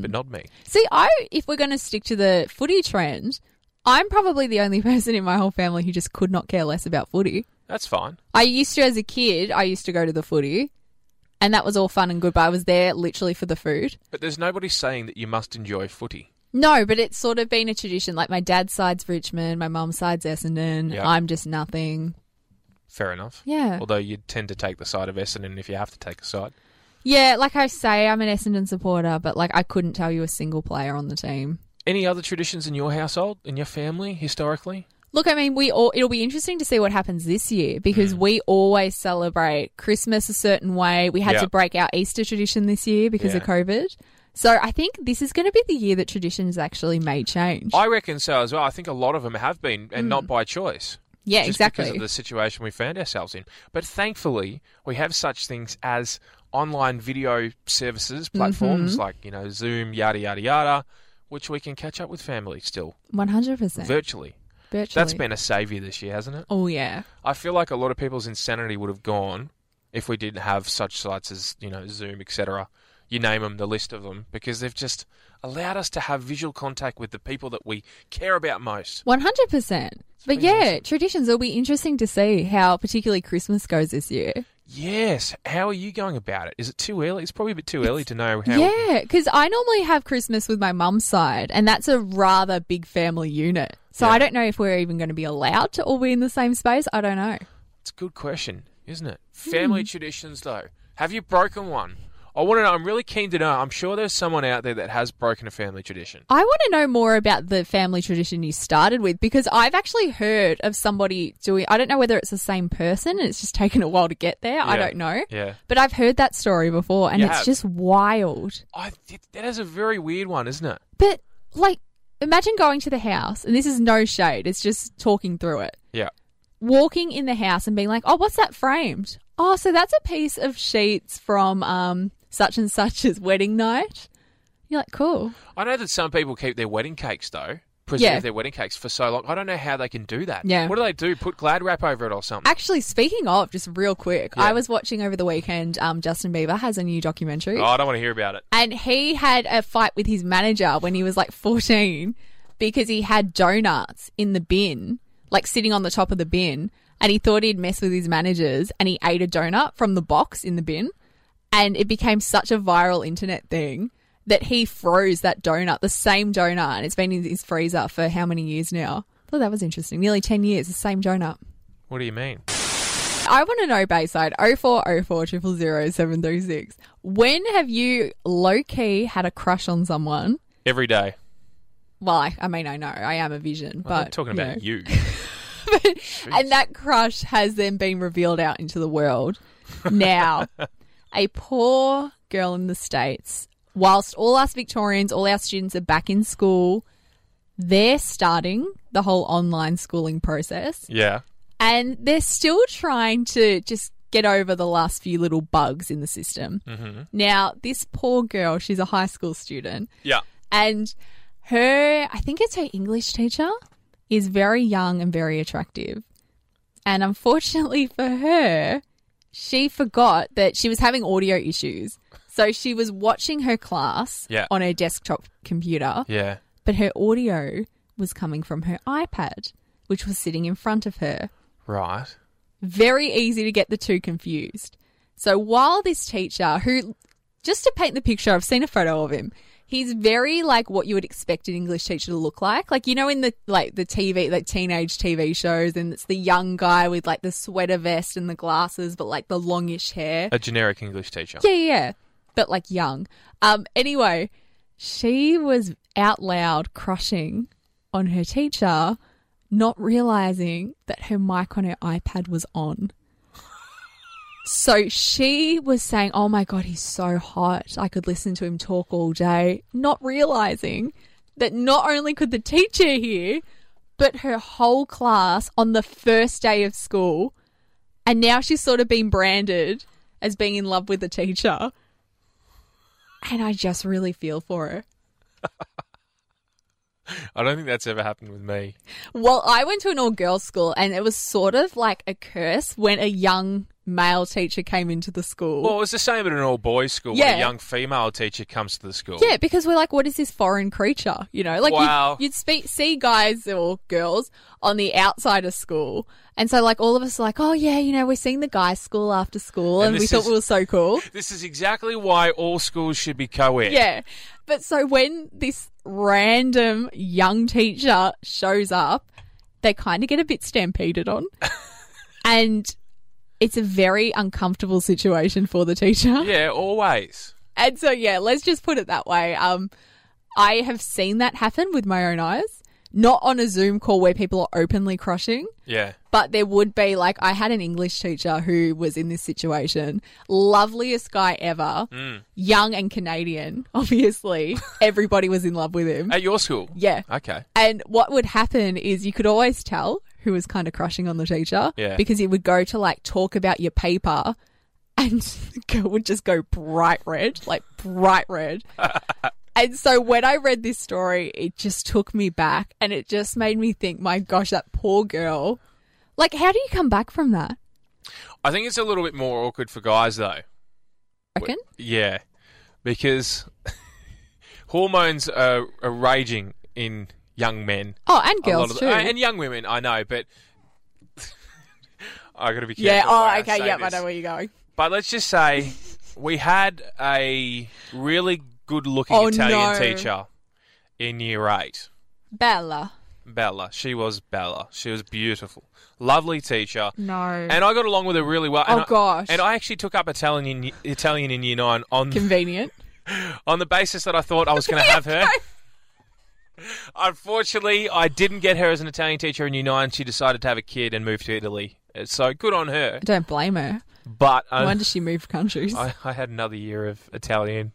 Speaker 2: but not me.
Speaker 3: See, I if we're going to stick to the footy trend, I'm probably the only <laughs> person in my whole family who just could not care less about footy.
Speaker 2: That's fine.
Speaker 3: I used to, as a kid, I used to go to the footy, and that was all fun and good. But I was there literally for the food.
Speaker 2: But there's nobody saying that you must enjoy footy.
Speaker 3: No, but it's sort of been a tradition. Like my dad's side's Richmond, my mum's side's Essendon.
Speaker 2: Yeah.
Speaker 3: I'm just nothing.
Speaker 2: Fair enough.
Speaker 3: Yeah.
Speaker 2: Although you tend to take the side of Essendon if you have to take a side.
Speaker 3: Yeah, like I say, I'm an Essendon supporter, but like I couldn't tell you a single player on the team.
Speaker 2: Any other traditions in your household, in your family, historically?
Speaker 3: Look, I mean, we all it'll be interesting to see what happens this year because
Speaker 2: Mm.
Speaker 3: we always celebrate Christmas a certain way. We had
Speaker 2: Yeah.
Speaker 3: to break our Easter tradition this year because of
Speaker 2: Yeah.
Speaker 3: COVID. So I think this is going to be the year that traditions actually may change.
Speaker 2: I reckon so as well. I think a lot of them have been, and not by choice.
Speaker 3: yeah,
Speaker 2: just
Speaker 3: exactly.
Speaker 2: Because of the situation we found ourselves in. But thankfully, we have such things as online video services, platforms like, you know, Zoom, yada, yada, yada, which we can catch up with family still,
Speaker 3: One hundred percent.
Speaker 2: virtually.
Speaker 3: Virtually.
Speaker 2: That's been a saviour this year, hasn't it?
Speaker 3: Oh yeah.
Speaker 2: I feel like a lot of people's insanity would have gone if we didn't have such sites as you know Zoom, etc. You name them, the list of them, because they've just allowed us to have visual contact with the people that we care about most.
Speaker 3: One hundred percent. But
Speaker 2: pretty
Speaker 3: yeah, traditions will be interesting to see how particularly Christmas goes this year.
Speaker 2: Yes. How are you going about it? Is it too early? It's probably a bit too early to know how.
Speaker 3: Yeah, because I normally have Christmas with my mum's side, and that's a rather big family unit. So
Speaker 2: Yeah.
Speaker 3: I don't know if we're even going to be allowed to all be in the same space. I don't know.
Speaker 2: It's a good question, isn't it?
Speaker 3: Hmm.
Speaker 2: Family traditions, though. Have you broken one? I want to know. I'm really keen to know. I'm sure there's someone out there that has broken a family tradition.
Speaker 3: I want to know more about the family tradition you started with because I've actually heard of somebody doing. I don't know whether it's the same person, and it's just <laughs> taken a while to get there.
Speaker 2: Yeah.
Speaker 3: I don't know.
Speaker 2: Yeah.
Speaker 3: But I've heard that story before, and
Speaker 2: You
Speaker 3: it's
Speaker 2: have.
Speaker 3: just wild.
Speaker 2: I, that is a very weird one, isn't it?
Speaker 3: But like, imagine going to the house, and this is no shade. It's just talking through it.
Speaker 2: Yeah.
Speaker 3: walking in the house and being like, "Oh, what's that framed? Oh, so that's a piece of sheets from um such and such's wedding night." You're like, "Cool."
Speaker 2: I know that some people keep their wedding cakes though. Preserve
Speaker 3: Yeah.
Speaker 2: their wedding cakes for so long. I don't know how they can do that.
Speaker 3: Yeah.
Speaker 2: What do they do? Put glad wrap over it or something?
Speaker 3: Actually, speaking of, just real quick,
Speaker 2: Yeah.
Speaker 3: I was watching over the weekend. Um, Justin Bieber has a new documentary,
Speaker 2: oh, I don't want to hear about it.
Speaker 3: and he had a fight with his manager when he was like 14 because he had donuts in the bin, like sitting on the top of the bin, and he thought he'd mess with his managers, and he ate a donut from the box in the bin. and it became such a viral internet thing that he froze that donut, the same donut, and it's been in his freezer for how many years now? Thought that was interesting. Nearly 10 years, the same donut.
Speaker 2: What do you mean?
Speaker 3: I want to know, Bayside, 0404 736. When have you low key had a crush on someone?
Speaker 2: Every day.
Speaker 3: Well, I, I mean, I know I am a vision,
Speaker 2: Well, I'm
Speaker 3: but.
Speaker 2: talking about
Speaker 3: know. <laughs>
Speaker 2: you.
Speaker 3: And that crush has then been revealed out into
Speaker 2: <laughs>
Speaker 3: the world. Now, a poor girl in the States, whilst all us Victorians, all our students are back in school, they're starting the whole online schooling process.
Speaker 2: Yeah.
Speaker 3: and they're still trying to just get over the last few little bugs in the system. Now, this poor girl, she's a high school student,
Speaker 2: Yeah.
Speaker 3: and her, I think it's her English teacher, is very young and very attractive. And unfortunately for her, she forgot that she was having audio issues. So she was watching her class
Speaker 2: Yeah.
Speaker 3: on her desktop computer
Speaker 2: Yeah.
Speaker 3: but her audio was coming from her iPad, which was sitting in front of her.
Speaker 2: Right.
Speaker 3: Very easy to get the two confused. So while this teacher, who, just to paint the picture, I've seen a photo of him. He's very like what you would expect an English teacher to look like. Like, you know, in the, like the TV, like teenage TV shows and it's the young guy with like the sweater vest and the glasses, but like the longish hair.
Speaker 2: A generic English teacher.
Speaker 3: Yeah, yeah, yeah. But like young. Um anyway, she was out loud crushing on her teacher, not realizing that her mic on her iPad was on. So she was saying, "Oh my god, he's so hot. I could listen to him talk all day," not realizing that not only could the teacher hear, but her whole class on the first day of school and now she's sort of been branded as being in love with the teacher. And I just really feel for her.
Speaker 2: I don't think that's ever happened with me.
Speaker 3: Well, I went to an all girls school and it was sort of like a curse when a young male teacher came into the school.
Speaker 2: Well, it's the same at an all boys school when
Speaker 3: Yeah.
Speaker 2: a young female teacher comes to the school.
Speaker 3: yeah, because we're like, what is this foreign creature? You know, like
Speaker 2: Wow.
Speaker 3: you'd, you'd speak, see guys or girls on the outside of school. And so, like, all of us are like, oh, yeah, you know, we're seeing the guys' school after school
Speaker 2: And
Speaker 3: and we
Speaker 2: this
Speaker 3: thought
Speaker 2: is-
Speaker 3: we were so cool.
Speaker 2: This is exactly why all schools should be co ed.
Speaker 3: Yeah. But so when this random young teacher shows up, they kind of get a bit stampeded on. and it's a very uncomfortable situation for the teacher.
Speaker 2: Yeah, always.
Speaker 3: And so, yeah, let's just put it that way. Um, I have seen that happen with my own eyes, not on a Zoom call where people are openly crushing.
Speaker 2: Yeah.
Speaker 3: But there would be like I had an English teacher who was in this situation. Loveliest guy ever, young and Canadian. <laughs> Obviously, everybody was in love with him.
Speaker 2: At your school?
Speaker 3: Yeah.
Speaker 2: Okay.
Speaker 3: And what would happen is you could always tell who was kind of crushing on the teacher
Speaker 2: Yeah.
Speaker 3: because he would go to like talk about your paper <laughs> and the girl would just go bright red, like bright
Speaker 2: <laughs>
Speaker 3: red. and so when I read this story, it just took me back and it just made me think, my gosh, that poor girl. Like, how do you come back from that?
Speaker 2: I think it's a little bit more awkward for guys, though.
Speaker 3: Reckon?
Speaker 2: Yeah, because <laughs> hormones are, are raging in young men.
Speaker 3: Oh, and
Speaker 2: A lot
Speaker 3: girls
Speaker 2: of the- uh,
Speaker 3: too.
Speaker 2: and young women, I know, but <laughs> I got to be careful.
Speaker 3: yeah.
Speaker 2: where
Speaker 3: Oh,
Speaker 2: I
Speaker 3: okay.
Speaker 2: say
Speaker 3: Yep. I
Speaker 2: this.
Speaker 3: know where you're going.
Speaker 2: But let's just say we had a really good-looking
Speaker 3: Oh,
Speaker 2: Italian
Speaker 3: no.
Speaker 2: teacher in year eight.
Speaker 3: Bella.
Speaker 2: Bella, she was Bella. She was beautiful, lovely teacher.
Speaker 3: No.
Speaker 2: And I got along with her really well. and
Speaker 3: Mm. Oh,
Speaker 2: I-
Speaker 3: gosh.
Speaker 2: And I actually took up Italian in, Italian in year nine on
Speaker 3: Convenient.
Speaker 2: on the basis that I thought I was
Speaker 3: <laughs>
Speaker 2: going to have her. Unfortunately, I didn't get her as an Italian teacher in year nine. She decided to have a kid and move to Italy. Uh, So good on her.
Speaker 3: Don't blame her.
Speaker 2: But
Speaker 3: No
Speaker 2: um,
Speaker 3: wonder she moved countries.
Speaker 2: I, I had another year of Italian,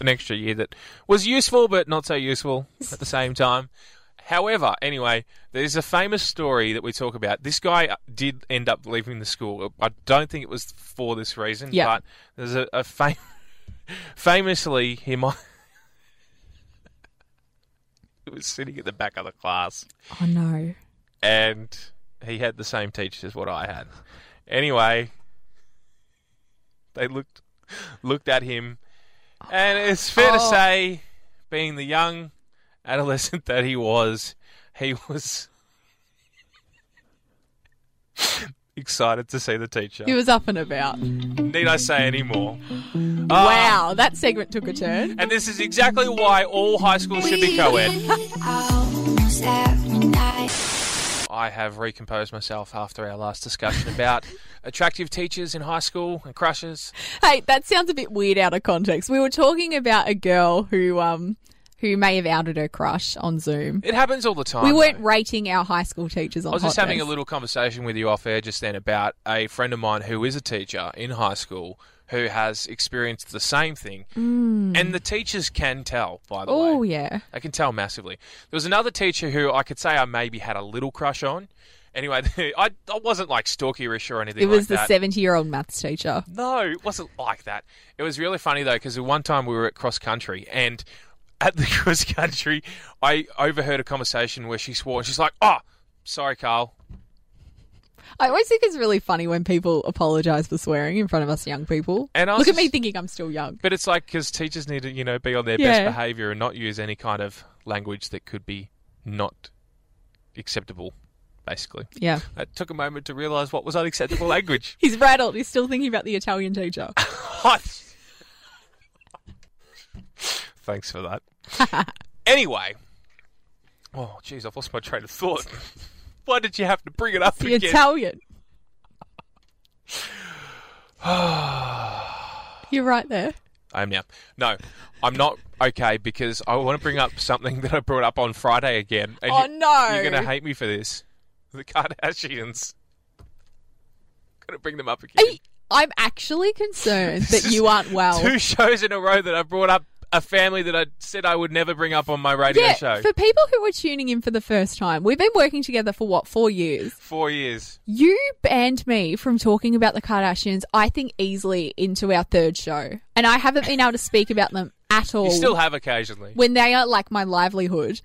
Speaker 2: an extra year that was useful but not so useful at the same time. However, anyway, there's a famous story that we talk about. This guy uh, did end up leaving the school. I don't think it was for this reason,
Speaker 3: Yeah.
Speaker 2: but there's a, a fam- <laughs> famously he might. <laughs> he was sitting at the back of the class
Speaker 3: oh no.
Speaker 2: and he had the same teachers as what I had. Anyway, they looked looked at him, and it's fair to
Speaker 3: Oh.
Speaker 2: say, being the young adolescent <laughs> that he was, he was <laughs> excited to see the teacher.
Speaker 3: He was up and about.
Speaker 2: Need I say any more? Ah.
Speaker 3: wow, that segment took a turn.
Speaker 2: And this is exactly why all high schools should be co-ed.
Speaker 4: Almost every night.
Speaker 2: I have recomposed myself after our last discussion about attractive teachers in high school and crushes.
Speaker 3: Hey, that sounds a bit weird out of context. We were talking about a girl who um who may have outed her crush on Zoom.
Speaker 2: It happens all the time.
Speaker 3: We weren't
Speaker 2: though.
Speaker 3: rating our high school teachers on
Speaker 2: Oh, I was just
Speaker 3: hotness.
Speaker 2: having a little conversation with you off air just then about a friend of mine who is a teacher in high school who has experienced the same thing. And the teachers can tell, by the way.
Speaker 3: Mm. Oh yeah.
Speaker 2: I can tell massively. There was another teacher who I could say I maybe had a little crush on. Anyway, <laughs> I, I wasn't like stalkerish or anything
Speaker 3: It was
Speaker 2: like
Speaker 3: the
Speaker 2: that.
Speaker 3: seventy-year-old maths teacher.
Speaker 2: No, it wasn't like that. It was really funny though because one time we were at cross country and at the <laughs> cross country, I overheard a conversation where she swore and she's like, "Oh, sorry, Carl."
Speaker 3: I always think it's really funny when people apologise for swearing in front of us young people.
Speaker 2: And I was
Speaker 3: look at
Speaker 2: just-
Speaker 3: me thinking I'm still young.
Speaker 2: But it's like because teachers need to, you know, be on their
Speaker 3: Yeah.
Speaker 2: best behaviour and not use any kind of language that could be not acceptable. Basically,
Speaker 3: Yeah.
Speaker 2: I took a moment to realise what was unacceptable language.
Speaker 3: He's rattled. He's still thinking about the Italian teacher.
Speaker 2: hot. Thanks for that. <laughs> anyway, oh jeez, I've lost my train of thought. Why did you have to bring it up
Speaker 3: The
Speaker 2: again?
Speaker 3: <sighs> Italian. You're right there.
Speaker 2: I am now. No, I'm not okay because I want to bring up something that I brought up on Friday again. And
Speaker 3: Oh, no.
Speaker 2: You're gonna hate me for this. The Kardashians. Gonna bring them up again.
Speaker 3: Hey, I'm actually
Speaker 2: <laughs>
Speaker 3: concerned
Speaker 2: This
Speaker 3: that
Speaker 2: is
Speaker 3: you aren't well.
Speaker 2: Two shows in a row that I brought up a family that I said I would never bring up on my radio
Speaker 3: yeah,
Speaker 2: show.
Speaker 3: for people who are tuning in for the first time, we've been working together for what, four years?
Speaker 2: Four years.
Speaker 3: You banned me from talking about the Kardashians, I think, easily into our third show. And I haven't been able to speak about them at all
Speaker 2: You still have occasionally.
Speaker 3: when they are like my livelihood.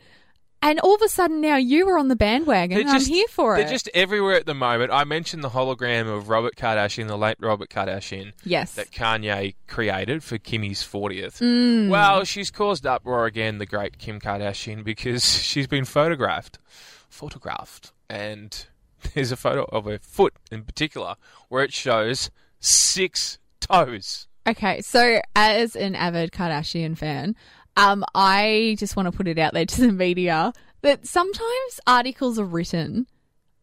Speaker 3: And all of a sudden now you are on the bandwagon and I'm here for
Speaker 2: they're
Speaker 3: it.
Speaker 2: just everywhere at the moment. I mentioned the hologram of Robert Kardashian, the late Robert Kardashian,
Speaker 3: yes.
Speaker 2: that Kanye created for Kimmy's 40th.
Speaker 3: Mm.
Speaker 2: Well, she's caused uproar again, the great Kim Kardashian, because <laughs> she's been photographed. Photographed. And there's a photo of her foot in particular where it shows six toes.
Speaker 3: Okay, so as an avid Kardashian fan, um, I just want to put it out there to the media that sometimes articles are written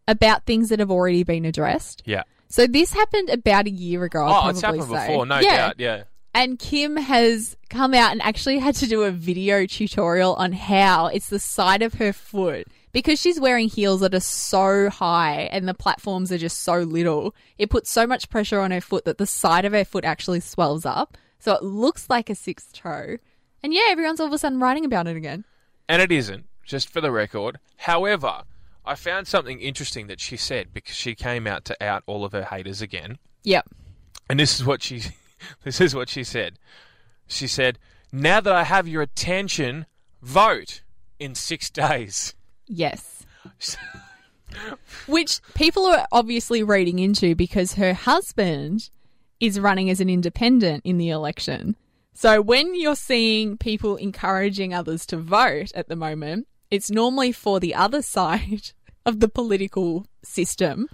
Speaker 3: about things that have already been addressed.
Speaker 2: Yeah.
Speaker 3: So this happened about a year ago. I'd
Speaker 2: Oh,
Speaker 3: probably
Speaker 2: it's happened
Speaker 3: say.
Speaker 2: before, no
Speaker 3: yeah.
Speaker 2: doubt. Yeah.
Speaker 3: And Kim has come out and actually had to do a video tutorial on how it's the side of her foot because she's wearing heels that are so high and the platforms are just so little. It puts so much pressure on her foot that the side of her foot actually swells up. So it looks like a sixth toe. And yeah, everyone's all of a sudden writing about it again.
Speaker 2: and it isn't, just for the record. However, I found something interesting that she said because she came out to out all of her haters again.
Speaker 3: Yep.
Speaker 2: And this is what she <laughs> this is what she said. She said, "Now that I have your attention, vote in 6 <laughs> days."
Speaker 3: Yes. <laughs> Which people are obviously reading into because her husband is running as an independent in the election. So when you're seeing people encouraging others to vote at the moment, it's normally for the other <laughs> side of the political system.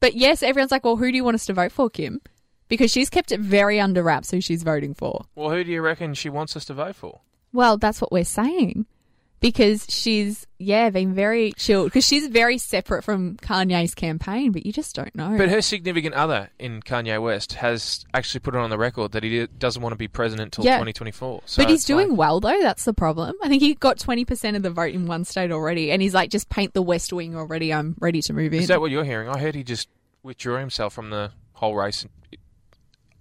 Speaker 3: But yes, everyone's like, well, who do you want us to vote for, Kim? Because she's kept it very under wraps who she's voting for.
Speaker 2: Well, who do you reckon she wants us to vote for?
Speaker 3: Well, that's what we're saying. Because she's, yeah, been very chilled. Because she's very separate from Kanye's campaign, but you just don't know.
Speaker 2: But her significant other in Kanye West has actually put it on the record that he doesn't want to be president till
Speaker 3: Yeah.
Speaker 2: 2024. So
Speaker 3: But he's
Speaker 2: it's like-
Speaker 3: doing well, though. That's the problem. I think he got 20% of the vote in one state already. And he's like, just paint the West Wing already. I'm ready to move in.
Speaker 2: Is that what you're hearing? I heard he just withdrew himself from the whole race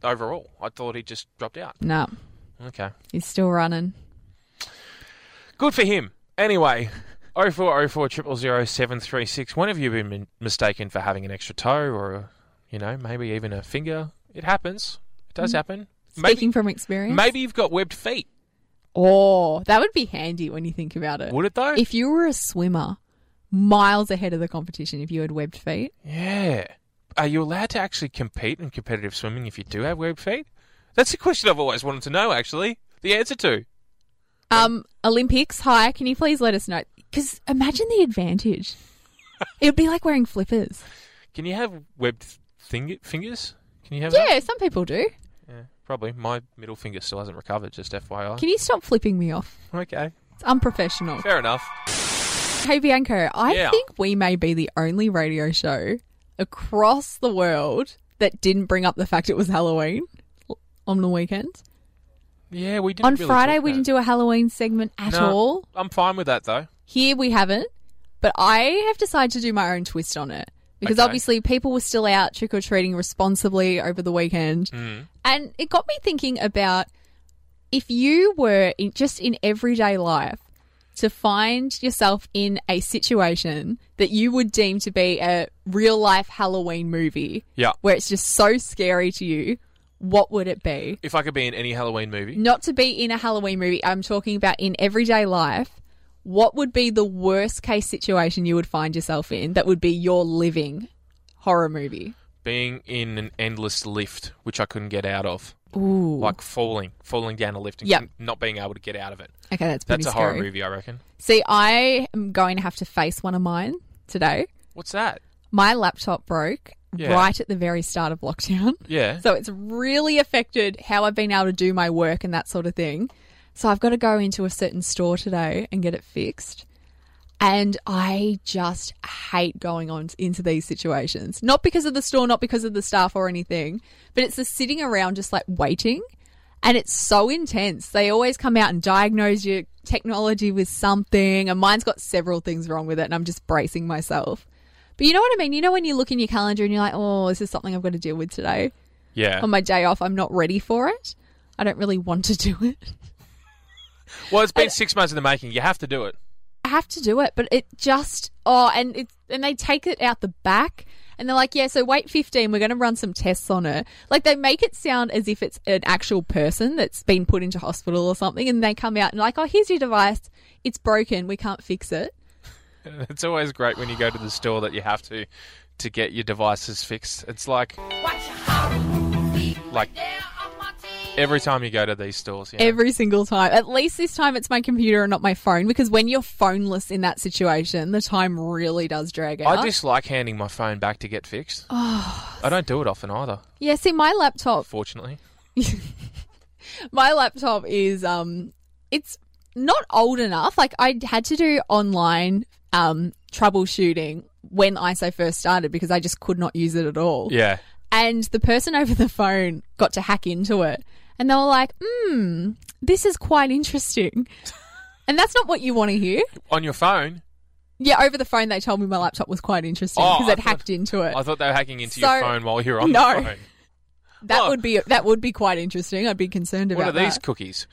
Speaker 2: overall. I thought he just dropped out.
Speaker 3: no,
Speaker 2: Okay.
Speaker 3: he's still running.
Speaker 2: Good for him. Anyway, 0404 000 736. When have you been min- mistaken for having an extra toe or, you know, maybe even a finger? It happens. It does happen.
Speaker 3: Mm. Speaking
Speaker 2: Maybe,
Speaker 3: from experience.
Speaker 2: maybe you've got webbed feet.
Speaker 3: Oh, that would be handy when you think about it.
Speaker 2: Would it though?
Speaker 3: If you were a swimmer, miles ahead of the competition, if you had webbed feet.
Speaker 2: yeah. Are you allowed to actually compete in competitive swimming if you do have webbed feet? That's a question I've always wanted to know, actually. The answer to.
Speaker 3: Um, Olympics, hi. Can you please let us know? Because imagine the
Speaker 2: <laughs>
Speaker 3: advantage. it would be like wearing flippers.
Speaker 2: Can you have webbed thing- fingers? Can you have that?
Speaker 3: Yeah, some people do.
Speaker 2: Yeah, probably. My middle finger still hasn't recovered, just FYI.
Speaker 3: Can you stop flipping me off?
Speaker 2: okay.
Speaker 3: It's unprofessional.
Speaker 2: Fair enough.
Speaker 3: Hey Bianco, I
Speaker 2: Yeah.
Speaker 3: think we may be the only radio show across the world that didn't bring up the fact it was Halloween on the weekend.
Speaker 2: Yeah, we didn't
Speaker 3: On
Speaker 2: really
Speaker 3: Friday,
Speaker 2: talk
Speaker 3: we
Speaker 2: about
Speaker 3: didn't do a Halloween segment at
Speaker 2: it. No,
Speaker 3: all.
Speaker 2: I'm fine with that though.
Speaker 3: Here we haven't, but I have decided to do my own twist on it because
Speaker 2: Okay.
Speaker 3: obviously people were still out trick or treating responsibly over the weekend.
Speaker 2: Hmm.
Speaker 3: And it got me thinking about if you were in, just in everyday life to find yourself in a situation that you would deem to be a real life Halloween movie
Speaker 2: Yeah.
Speaker 3: where it's just so scary to you, what would it be?
Speaker 2: If I could be in any Halloween movie,
Speaker 3: Not to be in a Halloween movie, I'm talking about in everyday life. What would be the worst case situation you would find yourself in that would be your living horror movie?
Speaker 2: being in an endless lift which I couldn't get out of,
Speaker 3: Ooh.
Speaker 2: like falling, falling down a lift and
Speaker 3: Yep.
Speaker 2: not being able to get out of it.
Speaker 3: okay, that's pretty
Speaker 2: That's a
Speaker 3: scary.
Speaker 2: horror movie, I reckon.
Speaker 3: See, I am going to have to face one of mine today.
Speaker 2: What's that?
Speaker 3: My laptop broke
Speaker 2: Yeah.
Speaker 3: right at the very start of lockdown. <laughs>
Speaker 2: Yeah.
Speaker 3: So it's really affected how I've been able to do my work and that sort of thing. So I've got to go into a certain store today and get it fixed. And I just hate going on into these situations. Not because of the store, not because of the staff or anything, but it's the sitting around just like waiting. And it's so intense. They always come out and diagnose your technology with something. And mine's got several things wrong with it. And I'm just bracing myself. But you know what I mean? You know, when you look in your calendar and you're like, oh, this is something I've got to deal with today
Speaker 2: yeah.
Speaker 3: on my day off, I'm not ready for it. I don't really want to do it.
Speaker 2: well, it's been six months in the making. You have to do it.
Speaker 3: I have to do it, but it just oh, and it and they take it out the back, and they're like, yeah, so wait 15, we're going to run some tests on her. Like they make it sound as if it's an actual person that's been put into hospital or something, and they come out and like, oh, here's your device, it's broken, we can't fix it.
Speaker 2: <laughs> It's always great when you go to the store that you have to to get your devices fixed. It's like like every time you go to these stores. You know?
Speaker 3: Every single time. At least this time it's my computer and not my phone because when you're phoneless in that situation, the time really does drag out.
Speaker 2: I dislike handing my phone back to get fixed.
Speaker 3: Oh.
Speaker 2: I don't do it often either,
Speaker 3: yeah, see, my laptop
Speaker 2: fortunately.
Speaker 3: my laptop is um it's not old enough like i had to do online um troubleshooting when iso first started because i just could not use it at all
Speaker 2: Yeah.
Speaker 3: and the person <laughs> over the phone got to hack into it and they were like hmm this is
Speaker 2: <laughs>
Speaker 3: quite interesting and that's not what you want to hear
Speaker 2: On your phone,
Speaker 3: yeah over the phone they told me my laptop was quite interesting
Speaker 2: Oh,
Speaker 3: because
Speaker 2: I
Speaker 3: it hacked into it
Speaker 2: I thought they were hacking into
Speaker 3: So-
Speaker 2: your phone while you're on
Speaker 3: No.
Speaker 2: the
Speaker 3: <laughs>
Speaker 2: phone.
Speaker 3: that
Speaker 2: oh.
Speaker 3: would be that would be quite interesting i'd be concerned
Speaker 2: What
Speaker 3: about
Speaker 2: are these
Speaker 3: that.
Speaker 2: cookies?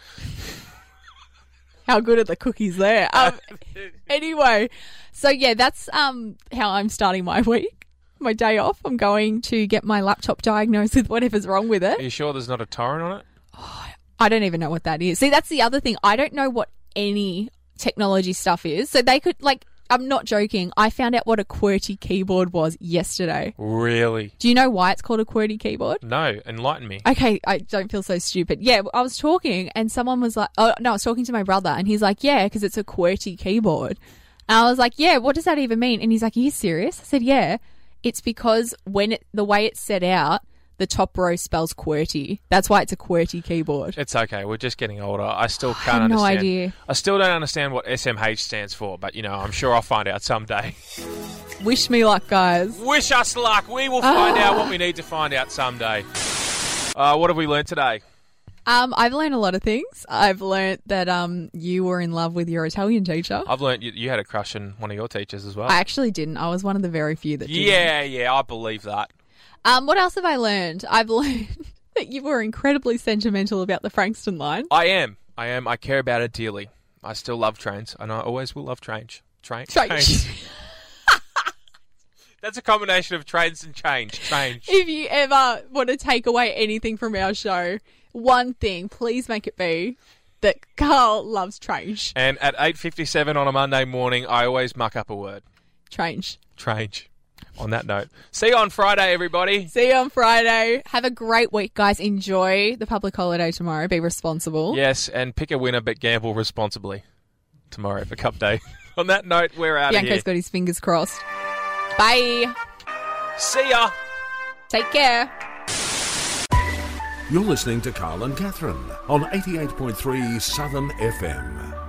Speaker 3: how good are the
Speaker 2: <laughs>
Speaker 3: cookies there um, <laughs> anyway, so yeah, that's um how I'm starting my <laughs> week. My day off, I'm going to get my laptop diagnosed with whatever's wrong with
Speaker 2: Are
Speaker 3: it.
Speaker 2: you sure there's not a torrent on it?
Speaker 3: I don't even know what that is. See, that's the other thing. I don't know what any technology stuff is. So they could like I'm not joking. I found out what a QWERTY keyboard was yesterday.
Speaker 2: Really?
Speaker 3: Do you know why it's called a QWERTY keyboard?
Speaker 2: No, enlighten me.
Speaker 3: Okay, I don't feel so stupid. Yeah, I was talking and someone was like, oh, no, I was talking to my brother and he's like, yeah, because it's a QWERTY keyboard. And I was like, yeah, what does that even mean? And he's like, are you serious? I said, yeah. It's because when it, the way it's set out, the top row spells QWERTY. That's why it's a QWERTY keyboard.
Speaker 2: It's okay. We're just getting older. I still can't
Speaker 3: no
Speaker 2: understand.
Speaker 3: idea.
Speaker 2: I still don't understand what SMH stands for, but you know, I'm sure I'll find out someday. <laughs>
Speaker 3: Wish me luck, guys.
Speaker 2: Wish us luck. We will find out what we need to find out someday. Uh, what have we learned today?
Speaker 3: Um, I've learned a lot of things. I've learned that um, you were in love with your Italian teacher.
Speaker 2: I've learned you, you had a crush on one of your teachers as well.
Speaker 3: I actually didn't. I was one of the very few that did.
Speaker 2: yeah, yeah, I believe that.
Speaker 3: Um, what else have I learned? I've <laughs> learned that you were incredibly sentimental about the Frankston line.
Speaker 2: I am. I am. I care about it dearly. I still love trains, and I always will love trains. Train, trains. <laughs>
Speaker 3: Strange.
Speaker 2: That's a combination of trains and change.
Speaker 3: <laughs>
Speaker 2: Change.
Speaker 3: <laughs> if you ever want to take away anything from our show, one thing, please make it be that Carl loves trash.
Speaker 2: and at 8.57 on a Monday morning, I always muck up a word.
Speaker 3: Trash.
Speaker 2: Strange. On that note, see you on Friday, everybody.
Speaker 3: See you on Friday. Have a great week, guys. Enjoy the public holiday tomorrow. Be responsible.
Speaker 2: Yes, and pick a winner, but gamble responsibly tomorrow for Cup Day. <laughs> on that note, we're out of here.
Speaker 3: Bianco's got his fingers crossed. Bye.
Speaker 2: See ya.
Speaker 3: Take care.
Speaker 1: You're listening to Carl and Catherine on 88.3 Southern FM.